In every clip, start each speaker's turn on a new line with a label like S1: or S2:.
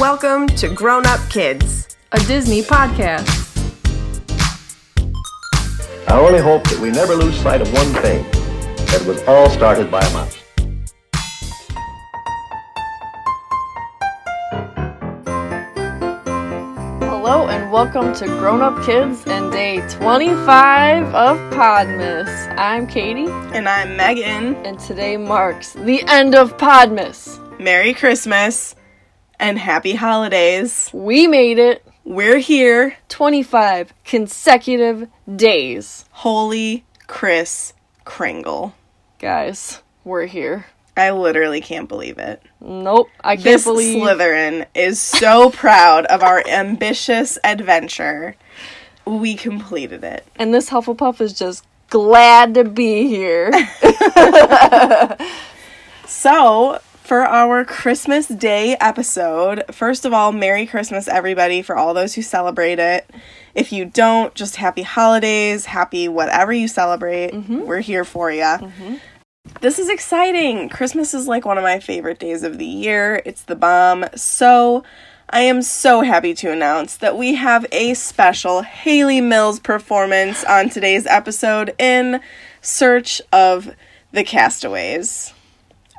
S1: Welcome to Grown Up Kids.
S2: a Disney podcast.
S3: I only hope that we never lose sight of one thing that it was all started by a mouse.
S4: Hello and welcome to Grown Up Kids and day 25 of Podmas. I'm Katie
S1: And I'm Megan.
S4: and today marks the end of Podmas.
S1: Merry Christmas and happy holidays.
S4: We made it
S1: We're here.
S4: 25 consecutive days.
S1: Holy Chris Kringle.
S4: Guys, we're here.
S1: I literally can't believe it.
S4: Nope, I can't
S1: This
S4: believe
S1: Slytherin is so proud of our ambitious adventure. We completed it.
S4: and this Hufflepuff is just glad to be here.
S1: So, for our Christmas Day episode, first of all, Merry Christmas, everybody, for all those who celebrate it. If you don't, just happy holidays, happy whatever you celebrate. We're here for you. This is exciting. Christmas is like one of my favorite days of the year. It's the bomb. So, I am so happy to announce that we have a special Haley Mills performance on today's episode in Search of the Castaways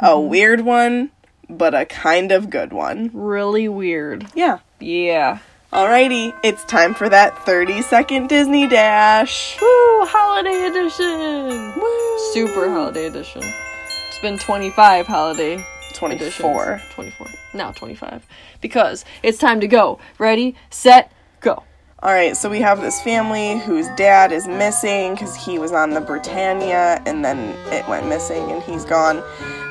S1: a weird one, but a kind of good one.
S4: really weird.
S1: Yeah.
S4: Yeah.
S1: Alrighty, it's time for that 30 second Disney Dash.
S4: Woo, holiday edition. Super holiday edition. It's been 25 holiday
S1: 24.
S4: editions. 24. Now 25. Because it's time to go. Ready, set, go.
S1: Alright, so we have this family whose dad is missing because he was on the Britannia and then it went missing and he's gone.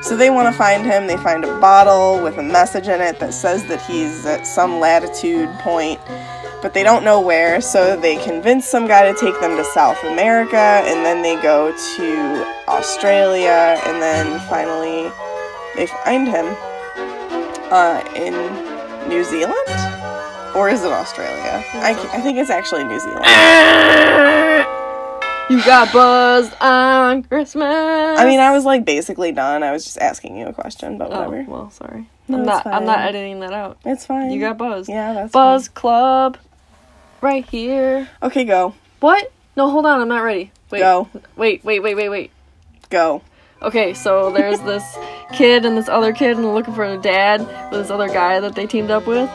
S1: So they want to find him. They find a bottle with a message in it that says that he's at some latitude point, but they don't know where. So they convince some guy to take them to South America and then they go to Australia and then finally they find him uh, in New Zealand? Or is it Australia? I, ca- I think it's actually New Zealand.
S4: Ah! You got buzzed on Christmas. I
S1: I mean, I was like basically done. I was just asking you a question, but
S4: oh,
S1: whatever.
S4: well, sorry.
S1: No,
S4: I'm
S1: it's
S4: not I'm not
S1: fine.
S4: editing that out.
S1: It's fine.
S4: You got buzzed.
S1: Yeah, that's
S4: Buzz Club right here.
S1: fine. Okay, go.
S4: What? No, hold on. I'm not ready. Wait.
S1: Go.
S4: Wait, wait, wait, wait, wait.
S1: Go.
S4: Okay, so there's this kid and this other kid, and they're looking for a dad with this other guy that they teamed up with.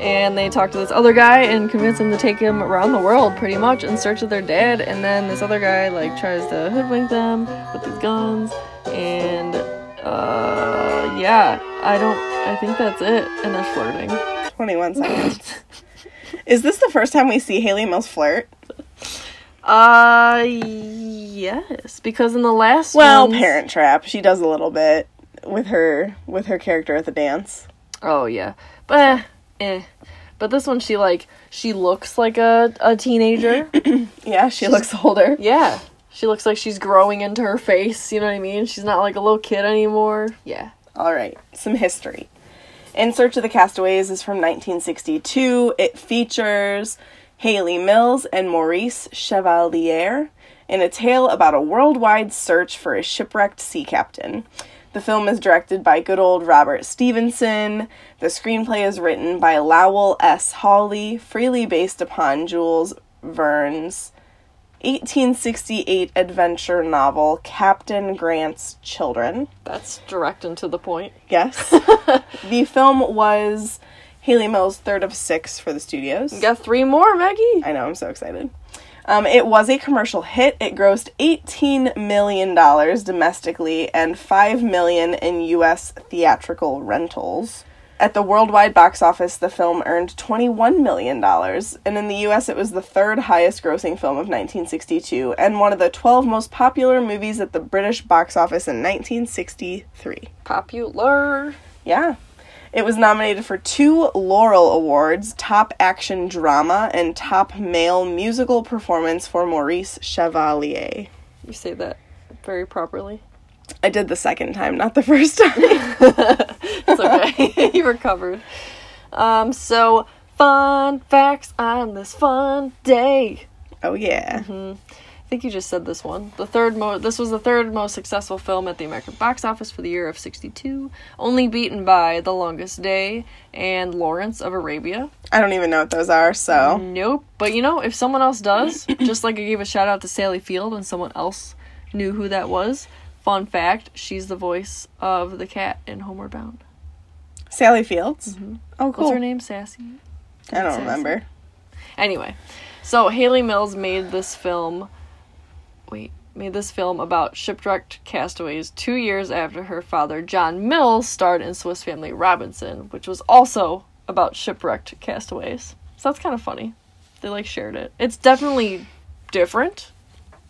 S4: And they talk to this other guy and convince him to take him around the world pretty much in search of their dad. And then this other guy, like, tries to hoodwink them with his guns. And, uh, yeah, I don't, I think that's it. And they're flirting.
S1: 21 seconds. Is this the first time we see Haley Mills flirt?
S4: Uh, yes, because in the last
S1: Well,
S4: ones-
S1: Parent Trap. She does a little bit with her with her character at the dance.
S4: Oh yeah, but eh, eh. But this one, she like she looks like a a teenager.
S1: Yeah, she looks older.
S4: yeah, she looks like she's growing into her face. You know what I mean? She's not like a little kid anymore. Yeah.
S1: All right, some history. In Search of the Castaways is from 1962. It features Haley Mills and Maurice Chevalier in a tale about a worldwide search for a shipwrecked sea captain. The film is directed by good old Robert Stevenson. The screenplay is written by Lowell S. Hawley, freely based upon Jules Verne's 1868 adventure novel Captain Grant's Children.
S4: That's direct and to the point.
S1: Yes. the film was Haley Mills' third of six for the studios.
S4: You got three more, Maggie.
S1: I know, I'm so excited. Um, it was a commercial hit. It grossed $18 million domestically and $5 million in U.S. theatrical rentals. At the worldwide box office, the film earned $21 million, and in the U.S., it was the third highest grossing film of 1962 and one of the 12 most popular movies at the British box office in 1963.
S4: Popular.
S1: Yeah. It was nominated for two Laurel Awards Top Action Drama and Top Male Musical Performance for Maurice Chevalier.
S4: You say that very properly.
S1: I did the second time, not the first time.
S4: It's okay. you recovered. Um. So fun facts on this fun day.
S1: oh, yeah.
S4: I think you just said this one. The third mo- this was the third most successful film at the American box office for the year of 62, only beaten by The Longest Day and Lawrence of Arabia.
S1: I don't even know what those are, so.
S4: Nope. But you know, if someone else does, just like I gave a shout out to Sally Field when someone else knew who that was, fun fact, she's the voice of the cat in Homeward Bound.
S1: Sally Fields? Oh, cool.
S4: Mm-hmm. What's her name? Sassy?
S1: I don't
S4: Sassy.
S1: remember.
S4: Anyway, so Haley Mills made this film. Wait, made this film about shipwrecked castaways two years after her father John Mills starred in Swiss Family Robinson, which was also about shipwrecked castaways. So that's kind of funny. They like shared it. It's definitely different.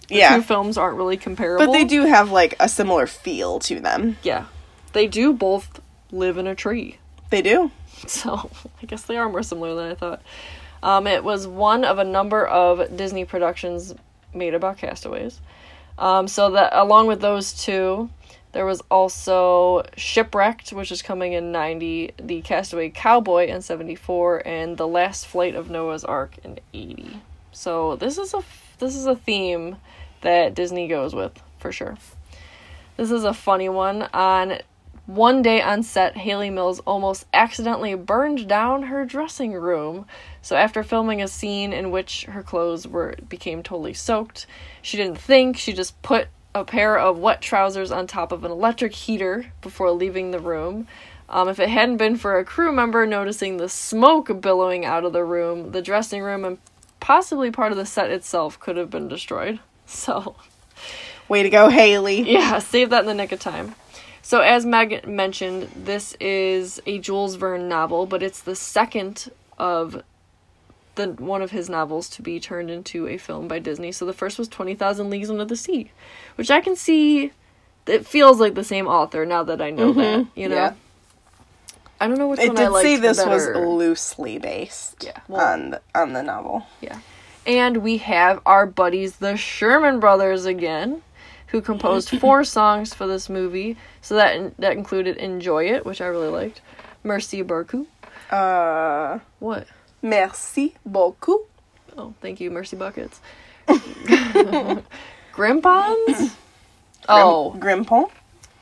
S1: Yeah.
S4: Two films aren't really comparable.
S1: But they do have like a similar feel to them.
S4: Yeah, they do both live in a tree.
S1: They do.
S4: So I guess they are more similar than I thought. Um, it was one of a number of Disney productions made about castaways. Um, so that along with those two, there was also Shipwrecked, which is coming in ninety, The Castaway Cowboy in seventy four, and The Last Flight of Noah's Ark in eighty. So this is a this is a theme that Disney goes with for sure. This is a funny one. On one day on set, Haley Mills almost accidentally burned down her dressing room. So after filming a scene in which her clothes were became totally soaked, she didn't think, she just put a pair of wet trousers on top of an electric heater before leaving the room. Um, if it hadn't been for a crew member noticing the smoke billowing out of the room, the dressing room and possibly part of the set itself could have been destroyed. So
S1: Way to go, Haley.
S4: yeah, save that in the nick of time. So, as Meg mentioned, this is a Jules Verne novel, but it's the second of the one of his novels to be turned into a film by Disney. So the first was Twenty Thousand Leagues Under the Sea, which I can see. It feels like the same author now that I know that. You know,
S1: Mm-hmm. Yeah.
S4: I don't know which
S1: It
S4: one I
S1: did
S4: liked
S1: say this
S4: better.
S1: was loosely based
S4: Yeah, well-
S1: on the, on the novel.
S4: Yeah. And we have our buddies, the Sherman Brothers, again, who composed four songs for this movie. So that that included "Enjoy It," which I really liked. "Merci beaucoup."
S1: Uh,
S4: What?
S1: merci beaucoup.
S4: Oh, thank you, Mercy Buckets. Grimpons. Oh,
S1: Grimpon.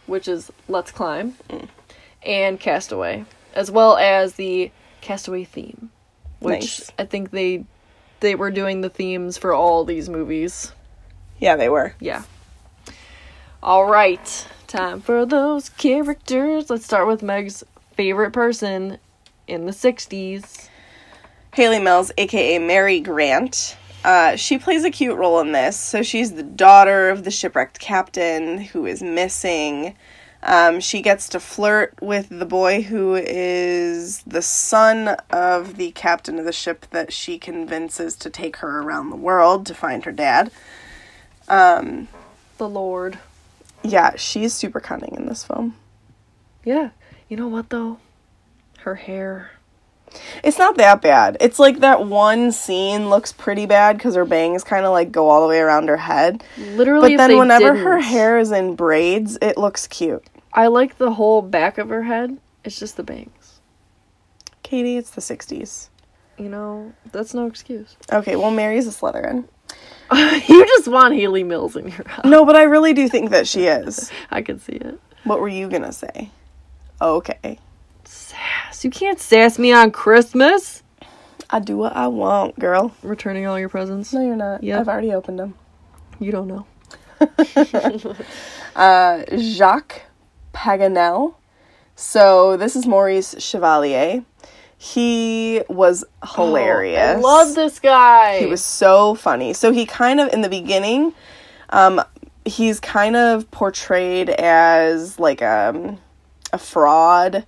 S4: which is "Let's Climb,"
S1: Mm.
S4: and "Castaway," as well as the "Castaway" theme, which
S1: Nice.
S4: I think they they were doing the themes for all these movies.
S1: Yeah, they were.
S4: Yeah. All right. Time for those characters. Let's start with Meg's favorite person in the 60s.
S1: Haley Mills, aka Mary Grant. Uh, she plays a cute role in this. So she's the daughter of the shipwrecked captain who is missing. Um, she gets to flirt with the boy who is the son of the captain of the ship that she convinces to take her around the world to find her dad. Um,
S4: The Lord.
S1: Yeah, she's super cunning in this film.
S4: Yeah. You know what, though? Her hair.
S1: It's not that bad. It's like that one scene looks pretty bad because her bangs kind of like go all the way around her head.
S4: Literally,
S1: But
S4: if
S1: then
S4: they
S1: whenever her
S4: didn't-
S1: hair is in braids, it looks cute.
S4: I like the whole back of her head. It's just the bangs.
S1: Katie, it's the 60s.
S4: You know, that's no excuse.
S1: Okay, well, Mary's a Slytherin.
S4: you just want Haley Mills in your house.
S1: No, but I really do think that she is.
S4: I can see it.
S1: What were you gonna say? Okay.
S4: Sass. You can't sass me on Christmas.
S1: I do what I want, girl.
S4: Returning all your presents.
S1: No, you're not.
S4: Yep.
S1: I've already opened them.
S4: You don't know.
S1: Uh, Jacques Paganel. So this is Maurice Chevalier. He was hilarious.
S4: I love this guy.
S1: He was so funny. So he kind of in the beginning, um, he's kind of portrayed as like um, a fraud,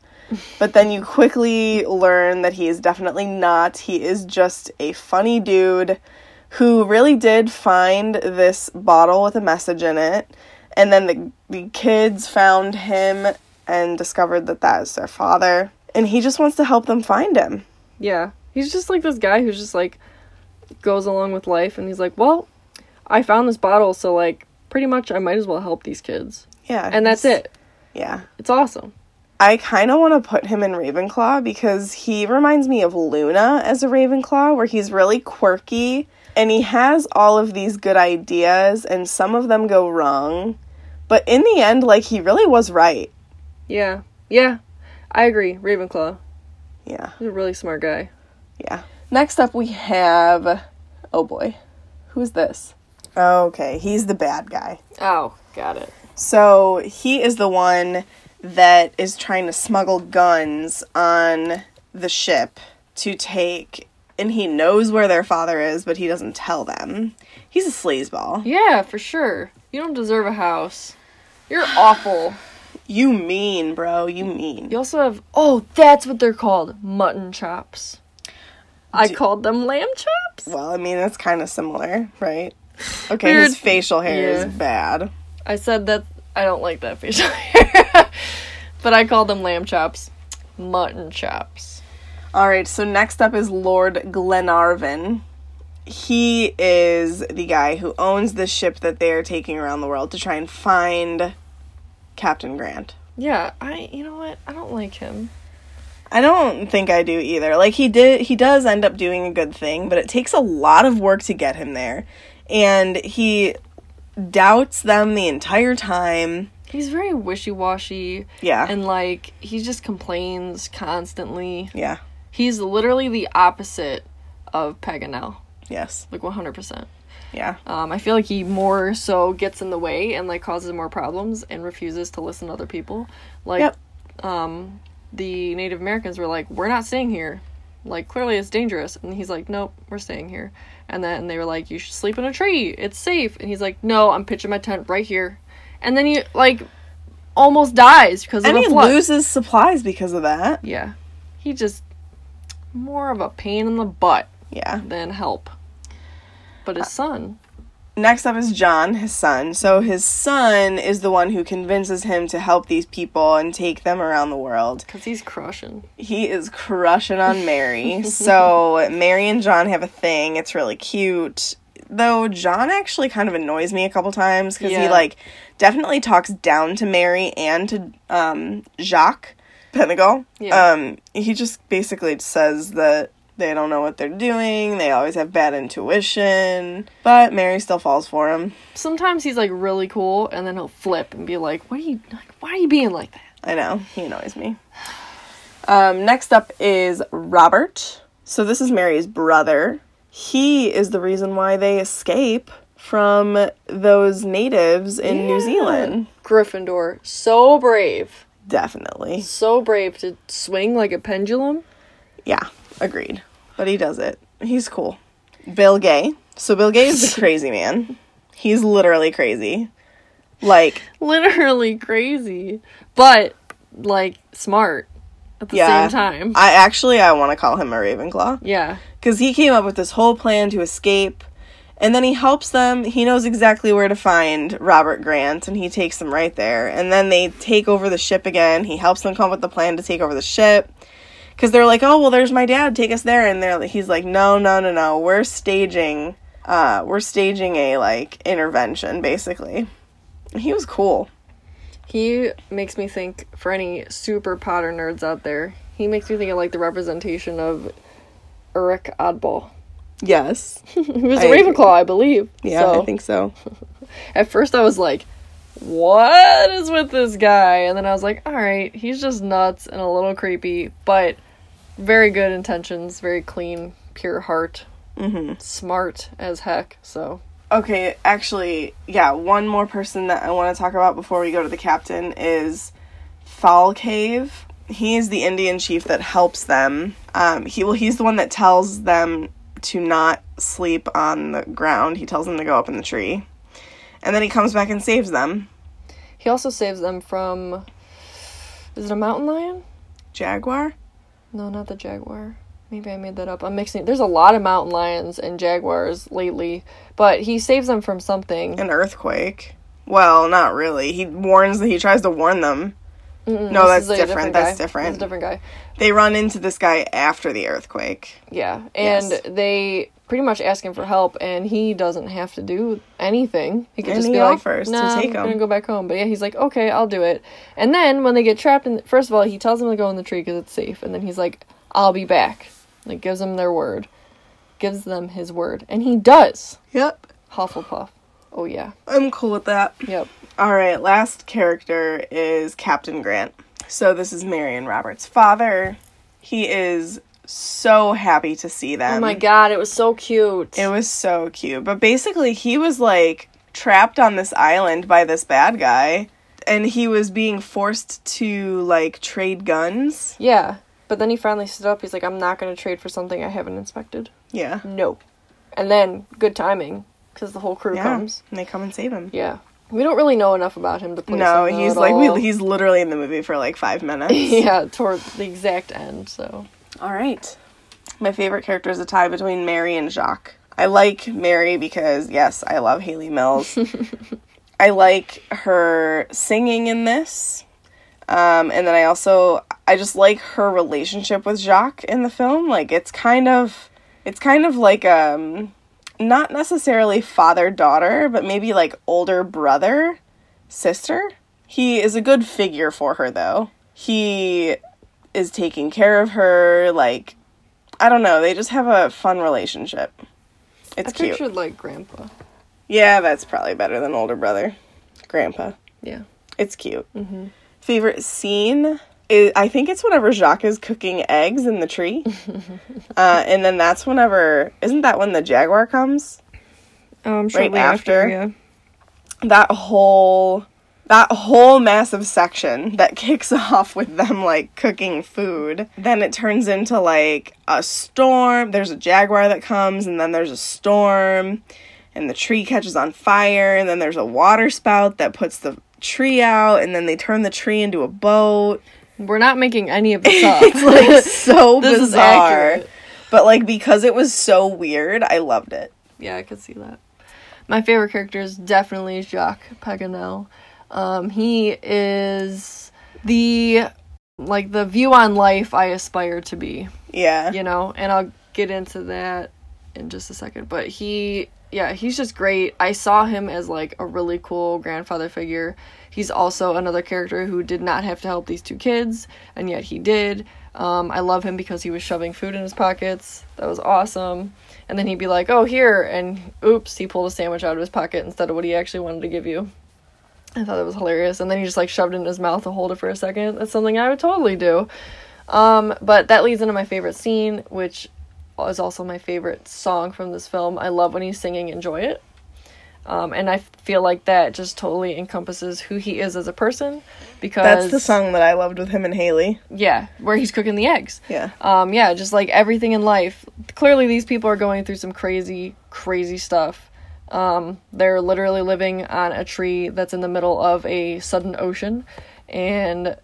S1: but then you quickly learn that he is definitely not. He is just a funny dude who really did find this bottle with a message in it, and then the the kids found him and discovered that that is their father, and he just wants to help them find him.
S4: Yeah. He's just like this guy who's just like goes along with life and he's like, "Well, I found this bottle, so like pretty much I might as well help these kids."
S1: Yeah,
S4: And that's
S1: he's-
S4: it.
S1: Yeah.
S4: It's awesome.
S1: I kind of want to put him in Ravenclaw because he reminds me of Luna as a Ravenclaw, where he's really quirky and he has all of these good ideas, and some of them go wrong. But in the end, like, he really was right.
S4: Yeah. Yeah. I agree. Ravenclaw.
S1: Yeah,
S4: He's a really smart guy.
S1: yeah. Next up, we have. Oh boy.
S4: Who's this?
S1: Okay, he's the bad guy.
S4: Oh, got it.
S1: So he is the one that is trying to smuggle guns on the ship to take, and he knows where their father is, but he doesn't tell them. He's a sleazeball.
S4: Yeah, for sure. You don't deserve a house. You're awful.
S1: You mean, bro. You mean.
S4: You also have oh, that's what they're called, mutton chops. I called them lamb chops.
S1: Well, I mean, that's kind of similar, right? Okay,
S4: Weird.
S1: his facial hair
S4: Yeah.
S1: is bad.
S4: I said that I don't like that facial hair, but I called them lamb chops, mutton chops.
S1: All right, so next up is Lord Glenarvan. He is the guy who owns the ship that they are taking around the world to try and find Captain Grant.
S4: Yeah, I you know what? I don't like him.
S1: I don't think I do either. Like he did he does end up doing a good thing, but it takes a lot of work to get him there. And he doubts them the entire time.
S4: He's very wishy-washy
S1: Yeah.
S4: and like he just complains constantly.
S1: yeah.
S4: He's literally the opposite of Paganel,
S1: Yes.
S4: like 100%.
S1: Yeah.
S4: Um, I feel like he more so gets in the way and like causes more problems and refuses to listen to other people. Like
S1: Yep.
S4: um, the Native Americans were like, "We're not staying here." Like clearly it's dangerous, and he's like, "Nope, we're staying here." And then they were like, "You should sleep in a tree. It's safe." And he's like, "No, I'm pitching my tent right here." And then he like almost dies because of
S1: And
S4: a
S1: he
S4: flood.
S1: loses supplies because of that.
S4: yeah, he just more of a pain in the butt
S1: Yeah.
S4: than help. But
S1: Uh,
S4: his son,
S1: Next up is John, his son. So his son is the one who convinces him to help these people and take them around the world.
S4: because he's crushing.
S1: He is crushing on Mary. so Mary and John have a thing. It's really cute. Though John actually kind of annoys me a couple times because he
S4: Yeah.
S1: like definitely talks down to Mary and to um, Jacques Penegal.
S4: Yeah.
S1: Um, he just basically says that they don't know what they're doing. They always have bad intuition. But Mary still falls for him.
S4: sometimes he's like really cool and then he'll flip and be like what are you like why are you being like that
S1: I know. He annoys me. Um, next up is Robert. So this is Mary's brother. He is the reason why they escape from those natives in New Zealand.
S4: gryffindor so brave
S1: Definitely.
S4: so brave to swing like a pendulum
S1: Yeah, agreed. But he does it. He's cool. Bill Gay. So Bill Gay is the crazy man. He's literally crazy. Like,
S4: literally crazy but like smart at the
S1: yeah.
S4: same time
S1: I actually I want to call him a Ravenclaw.
S4: yeah
S1: because he came up with this whole plan to escape and then he helps them he knows exactly where to find robert grant and he takes them right there and then they take over the ship again he helps them come up with the plan to take over the ship because they're like oh well there's my dad take us there and they're he's like no no no no we're staging uh we're staging a like intervention basically And he was cool
S4: he makes me think for any super potter nerds out there he makes me think of like the representation of Eric Oddball,
S1: yes
S4: who is a
S1: I agree.
S4: Ravenclaw, I believe.
S1: yeah
S4: So-
S1: i think so
S4: at first I was like, what is with this guy? And then I was like, all right, he's just nuts and a little creepy, but very good intentions, very clean, pure heart, mm-hmm. smart as heck. So,
S1: Okay, actually, yeah, one more person that I want to talk about before we go to the captain is Fall Cave. He is the Indian chief that helps them. Um, he well, he's the one that tells them to not sleep on the ground. He tells them to go up in the tree, and then he comes back and saves them.
S4: he also saves them from. Is it a mountain lion?
S1: Jaguar.
S4: No, not the jaguar. Maybe I made that up. I'm mixing. There's a lot of mountain lions and jaguars lately, but he saves them from something.
S1: an earthquake. Well, not really. He warns that he tries to warn them. no,
S4: This is
S1: that's different.
S4: a
S1: That's
S4: guy.
S1: different.
S4: That's a different guy.
S1: They run into this guy after the earthquake.
S4: Yeah, and
S1: Yes.
S4: they pretty much asking for help, and he doesn't have to do anything. He could
S1: And
S4: just
S1: he
S4: be like,
S1: offers to
S4: "Nah,
S1: take
S4: I'm
S1: 'em."
S4: gonna go back home." But yeah, he's like, "Okay, I'll do it." And then when they get trapped in, first of all, he tells them to go in the tree because it's safe, and then he's like, "I'll be back." Like gives them their word, gives them his word, and he does.
S1: Yep.
S4: Hufflepuff. Oh yeah.
S1: I'm cool with that.
S4: Yep.
S1: All right, last character is Captain Grant. So this is Marion Roberts' father. He is so happy to see them.
S4: Oh my god, it was so cute.
S1: It was so cute. But basically, he was like trapped on this island by this bad guy, and he was being forced to like trade guns.
S4: yeah. But then he finally stood up. He's like, "I'm not gonna trade for something I haven't inspected."
S1: Yeah.
S4: No. And then good timing because the whole crew
S1: Yeah.
S4: comes.
S1: And they come and save him.
S4: Yeah. We don't really know enough about him to place
S1: No,
S4: him
S1: he's
S4: at
S1: like,
S4: all.
S1: we, he's literally in the movie for like five minutes.
S4: yeah, toward the exact end. So
S1: All right. My favorite character is a tie between Mary and Jacques. I like Mary because, yes, I love Haley Mills. I like her singing in this. Um, and then I also, I just like her relationship with Jacques in the film. Like, it's kind of, it's kind of like, um, not necessarily father daughter, but maybe like older brother sister. He is a good figure for her, though. He is taking care of her. Like, I don't know. They just have a fun relationship. It's
S4: I
S1: cute.
S4: pictured like grandpa.
S1: Yeah, that's probably better than older brother, grandpa.
S4: Yeah.
S1: It's cute. Favorite scene is I think it's whenever Jacques is cooking eggs in the tree, uh, and then that's whenever isn't that when the jaguar comes?
S4: Um,
S1: shortly after, after. yeah. That whole that whole massive section that kicks off with them like cooking food. Then it turns into like a storm. There's a jaguar that comes, and then there's a storm, and the tree catches on fire, and then there's a water spout that puts the tree out, and then they turn the tree into a boat.
S4: We're not making any of this up.
S1: It's like so
S4: This is
S1: bizarre.
S4: accurate.
S1: But like because it was so weird, I loved it.
S4: yeah, I could see that. My favorite character is definitely Jacques Paganel. Um, he is the like the view on life I aspire to be.
S1: Yeah.
S4: you know, and I'll get into that in just a second. But he, yeah, he's just great. I saw him as like a really cool grandfather figure. He's also another character who did not have to help these two kids, and yet he did. Um, I love him because he was shoving food in his pockets. That was awesome. And then he'd be like, oh, here. And oops, he pulled a sandwich out of his pocket instead of what he actually wanted to give you. I thought that was hilarious. And then he just like shoved it in his mouth to hold it for a second. That's something I would totally do. Um, but that leads into my favorite scene, which is also my favorite song from this film. I love when he's singing Enjoy It. Um, and I feel like that just totally encompasses who he is as a person because
S1: That's the song that I loved with him and Haley.
S4: yeah, where he's cooking the eggs.
S1: Yeah.
S4: Um, yeah, just like everything in life. Clearly, these people are going through some crazy, crazy stuff. Um, they're literally living on a tree that's in the middle of a sudden ocean. And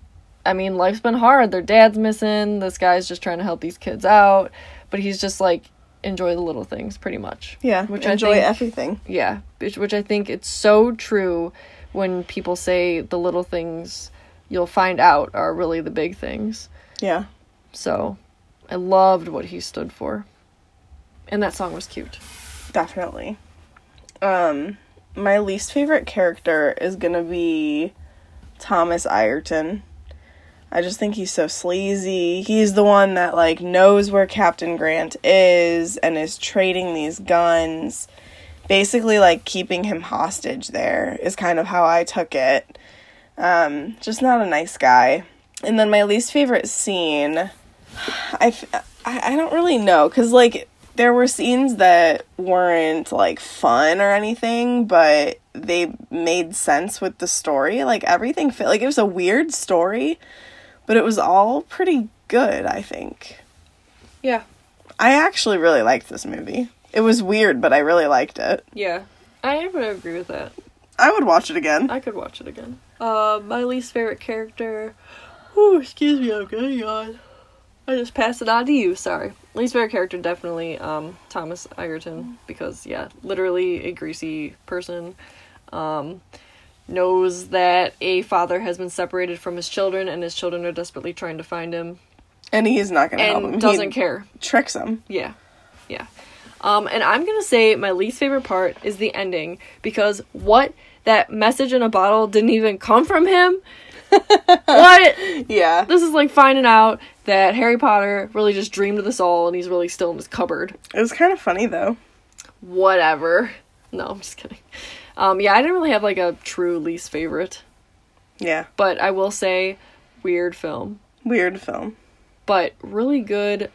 S4: I mean, life's been hard. Their dad's missing. This guy's just trying to help these kids out. But he's just like, enjoy the little things, pretty much.
S1: Yeah.
S4: Which
S1: Which
S4: I
S1: enjoy
S4: think-
S1: everything.
S4: Yeah, which, which I think it's so true when people say the little things you'll find out are really the big things.
S1: Yeah.
S4: So I loved what he stood for. And that song was cute.
S1: Definitely. Um, my least favorite character is gonna be Thomas Ayrton. I just think he's so sleazy. He's the one that like knows where Captain Grant is and is trading these guns. Basically, like keeping him hostage there is kind of how I took it. Um, just not a nice guy. And then my least favorite scene I, f- I- I don't really know because like there were scenes that weren't like fun or anything but they made sense with the story like everything fit like it was a weird story but it was all pretty good i think
S4: Yeah.
S1: i actually really liked this movie it was weird but i really liked it
S4: Yeah. I would agree with that.
S1: i would watch it again
S4: I could watch it again. Uh, my least favorite character. Oh, excuse me, I'm getting yawn. I just pass it on to you. Sorry. Least favorite character definitely um, Thomas Egerton because yeah, literally a greasy person. Um, knows that a father has been separated from his children and his children are desperately trying to find him
S1: and he's not gonna help him
S4: and doesn't
S1: he
S4: care.
S1: tricks him
S4: Yeah. Yeah. Um, and I'm gonna say my least favorite part is the ending because what that message in a bottle didn't even come from him. what?
S1: Yeah.
S4: This is like finding out that Harry Potter really just dreamed of this all and he's really still in his cupboard.
S1: It was kind of funny though.
S4: Whatever. No, I'm just kidding. Um, yeah, I didn't really have like a true least favorite,
S1: Yeah.
S4: but I will say weird film,
S1: Weird film.
S4: but really good.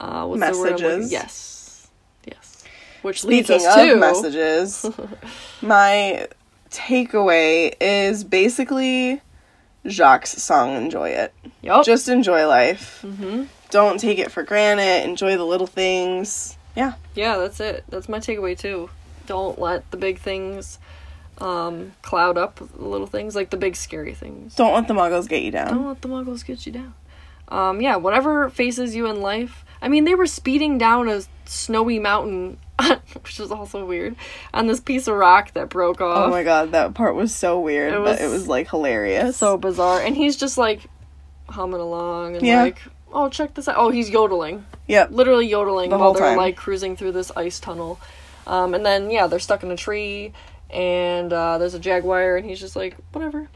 S4: Uh, what's the word I'm looking-
S1: Messages.
S4: yes, yes. Which leads
S1: Speaking
S4: us
S1: of
S4: to
S1: messages, my takeaway is basically Jacques' song Enjoy It.
S4: Yup.
S1: Just enjoy life.
S4: Mm-hmm.
S1: Don't take it for granted. Enjoy the little things. Yeah.
S4: yeah, that's it. That's my takeaway too. Don't let the big things um, cloud up the little things, like the big scary things.
S1: Don't let the muggles get you down.
S4: Don't let the muggles get you down. Um, yeah, whatever faces you in life. I mean, they were speeding down a snowy mountain, which is also weird, on this piece of rock that broke off.
S1: Oh my god, that part was so weird,
S4: It was
S1: but it was like hilarious.
S4: so bizarre. And he's just like humming along and
S1: Yeah.
S4: like, oh, check this out. Oh, he's yodeling.
S1: yep.
S4: literally yodeling
S1: The
S4: while
S1: whole
S4: they're
S1: time.
S4: like cruising through this ice tunnel. Um, and then yeah, they're stuck in a tree, and uh, there's a jaguar, and he's just like, whatever,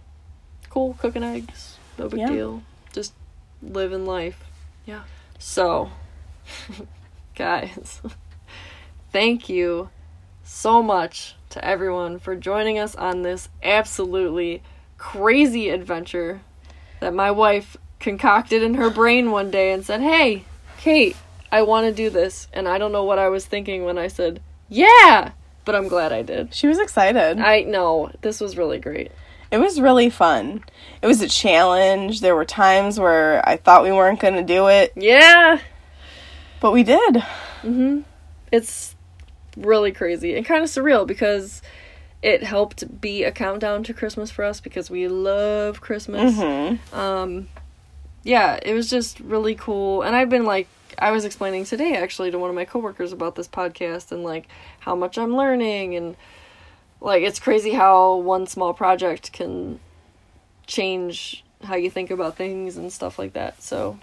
S4: cool, cooking eggs, no big
S1: Yeah.
S4: deal, just living life. Yeah. So, guys, thank you so much to everyone for joining us on this absolutely crazy adventure that my wife concocted in her brain one day and said, Hey, Kate, I want to do this. And I don't know what I was thinking when I said, Yeah, but I'm glad I did.
S1: She was excited.
S4: I know, this was really great.
S1: It was really fun. It was a challenge. There were times where I thought we weren't going to do it,
S4: Yeah,
S1: but we did.
S4: it's really crazy and kind of surreal because it helped be a countdown to Christmas for us because we love Christmas.
S1: Mhm.
S4: um yeah it was just really cool and i've been like i was explaining today actually to one of my coworkers about this podcast and like how much i'm learning and like it's crazy how one small project can change how you think about things and stuff like that so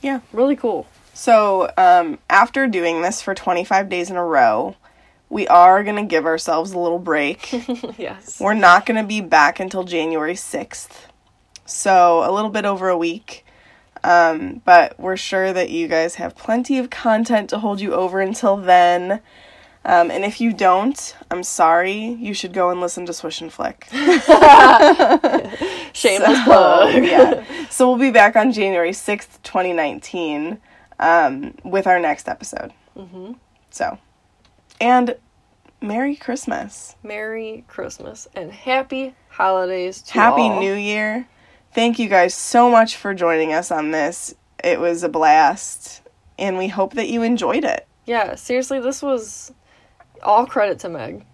S1: Yeah.
S4: really cool
S1: So, um, after doing this for 25 days in a row, we are going to give ourselves a little break.
S4: yes
S1: We're not going to be back until January 6th. So, a little bit over a week. Um, but we're sure that you guys have plenty of content to hold you over until then. Um, and if you don't, I'm sorry. You should go and listen to Swish and Flick.
S4: shameless plug
S1: yeah. So we'll be back on January 6th, 2019, um, with our next episode. Mm-hmm. So, and Merry Christmas.
S4: merry christmas and happy holidays to
S1: Happy
S4: all.
S1: New Year. Thank you guys so much for joining us on this. It was a blast, and we hope that you enjoyed it.
S4: Yeah, seriously, this was all credit to Meg.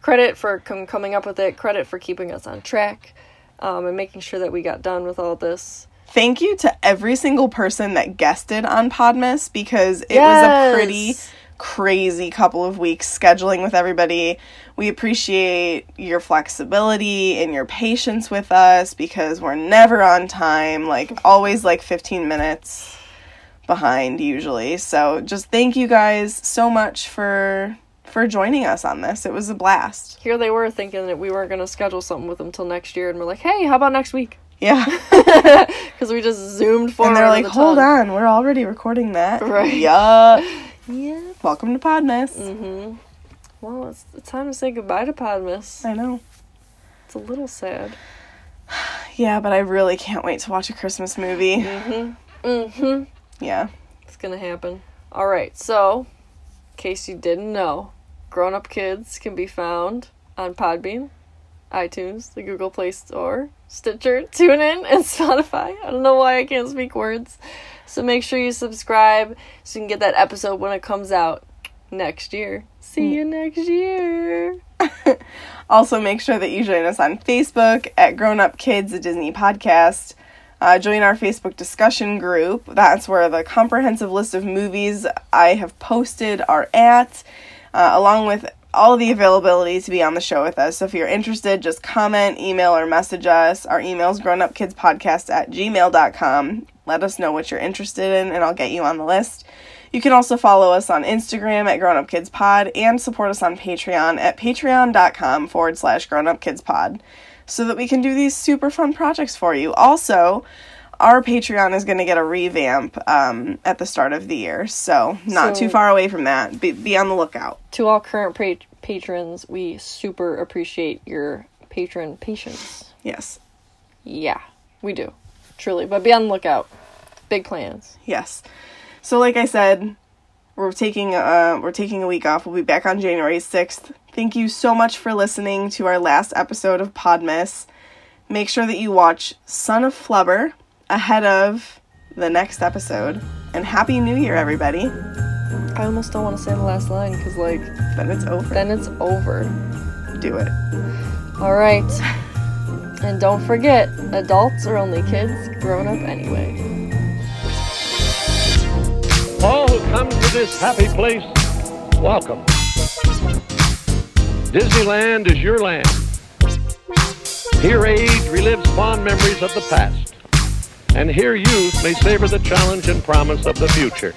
S4: Credit for com- coming up with it, credit for keeping us on track, um, and making sure that we got done with all this.
S1: Thank you to every single person that guested on Podmas because it was
S4: Yes.
S1: a pretty crazy couple of weeks scheduling with everybody. We appreciate your flexibility and your patience with us because we're never on time, like always like 15 minutes behind usually. So just thank you guys so much for for joining us on this. It was a blast.
S4: Here they were thinking that we weren't going to schedule something with them till next year, and we're like, hey, how about next week?
S1: Yeah.
S4: Because we just zoomed forward.
S1: and they're like,
S4: with the
S1: "Hold
S4: time."
S1: on, we're already recording that."
S4: Right. Mm.
S1: Yeah. Welcome to Podmas.
S4: Mm-hmm. Well, it's, it's time to say goodbye to Podmas.
S1: I know.
S4: It's a little sad.
S1: Yeah, but I really can't wait to watch a Christmas movie.
S4: Mm. Mm-hmm.
S1: Yeah.
S4: It's gonna happen. All right, so in case you didn't know, grown up kids can be found on Podbean, iTunes, the Google Play Store, Stitcher, TuneIn, and Spotify. I don't know why I can't speak words. So make sure you subscribe so you can get that episode when it comes out next year. See you next year.
S1: Also, make sure that you join us on Facebook at Grown Up Kids, a Disney podcast. Uh, join our Facebook discussion group. That's where the comprehensive list of movies I have posted are at, uh, along with all the availability to be on the show with us. So if you're interested, just comment, email, or message us. Our email is grownupkidspodcast at gmail.com. Let us know what you're interested in, and I'll get you on the list. You can also follow us on Instagram at Grown Up Kids Pod and support us on Patreon at patreon.com forward slash Grown Up Kids Pod so that we can do these super fun projects for you. Also, our Patreon is going to get a revamp um, at the start of the year, so not
S4: So-
S1: too far away from that. Be, be on the lookout.
S4: To all current pa- patrons, we super appreciate your patron patience.
S1: Yes,
S4: Yeah, we do. Truly. But be on the lookout. Big plans.
S1: yes. So, like I said, we're taking uh, we're taking a week off. We'll be back on January sixth. Thank you so much for listening to our last episode of Podmas. Make sure that you watch Son of Flubber ahead of the next episode. And happy New Year, everybody!
S4: I almost don't want to say the last line because, like,
S1: Then it's over.
S4: then it's over.
S1: Do it.
S4: All right. And don't forget, adults are only kids grown up anyway.
S5: All who come to this happy place, welcome. Disneyland is your land. Here age relives fond memories of the past. And here youth may savor the challenge and promise of the future.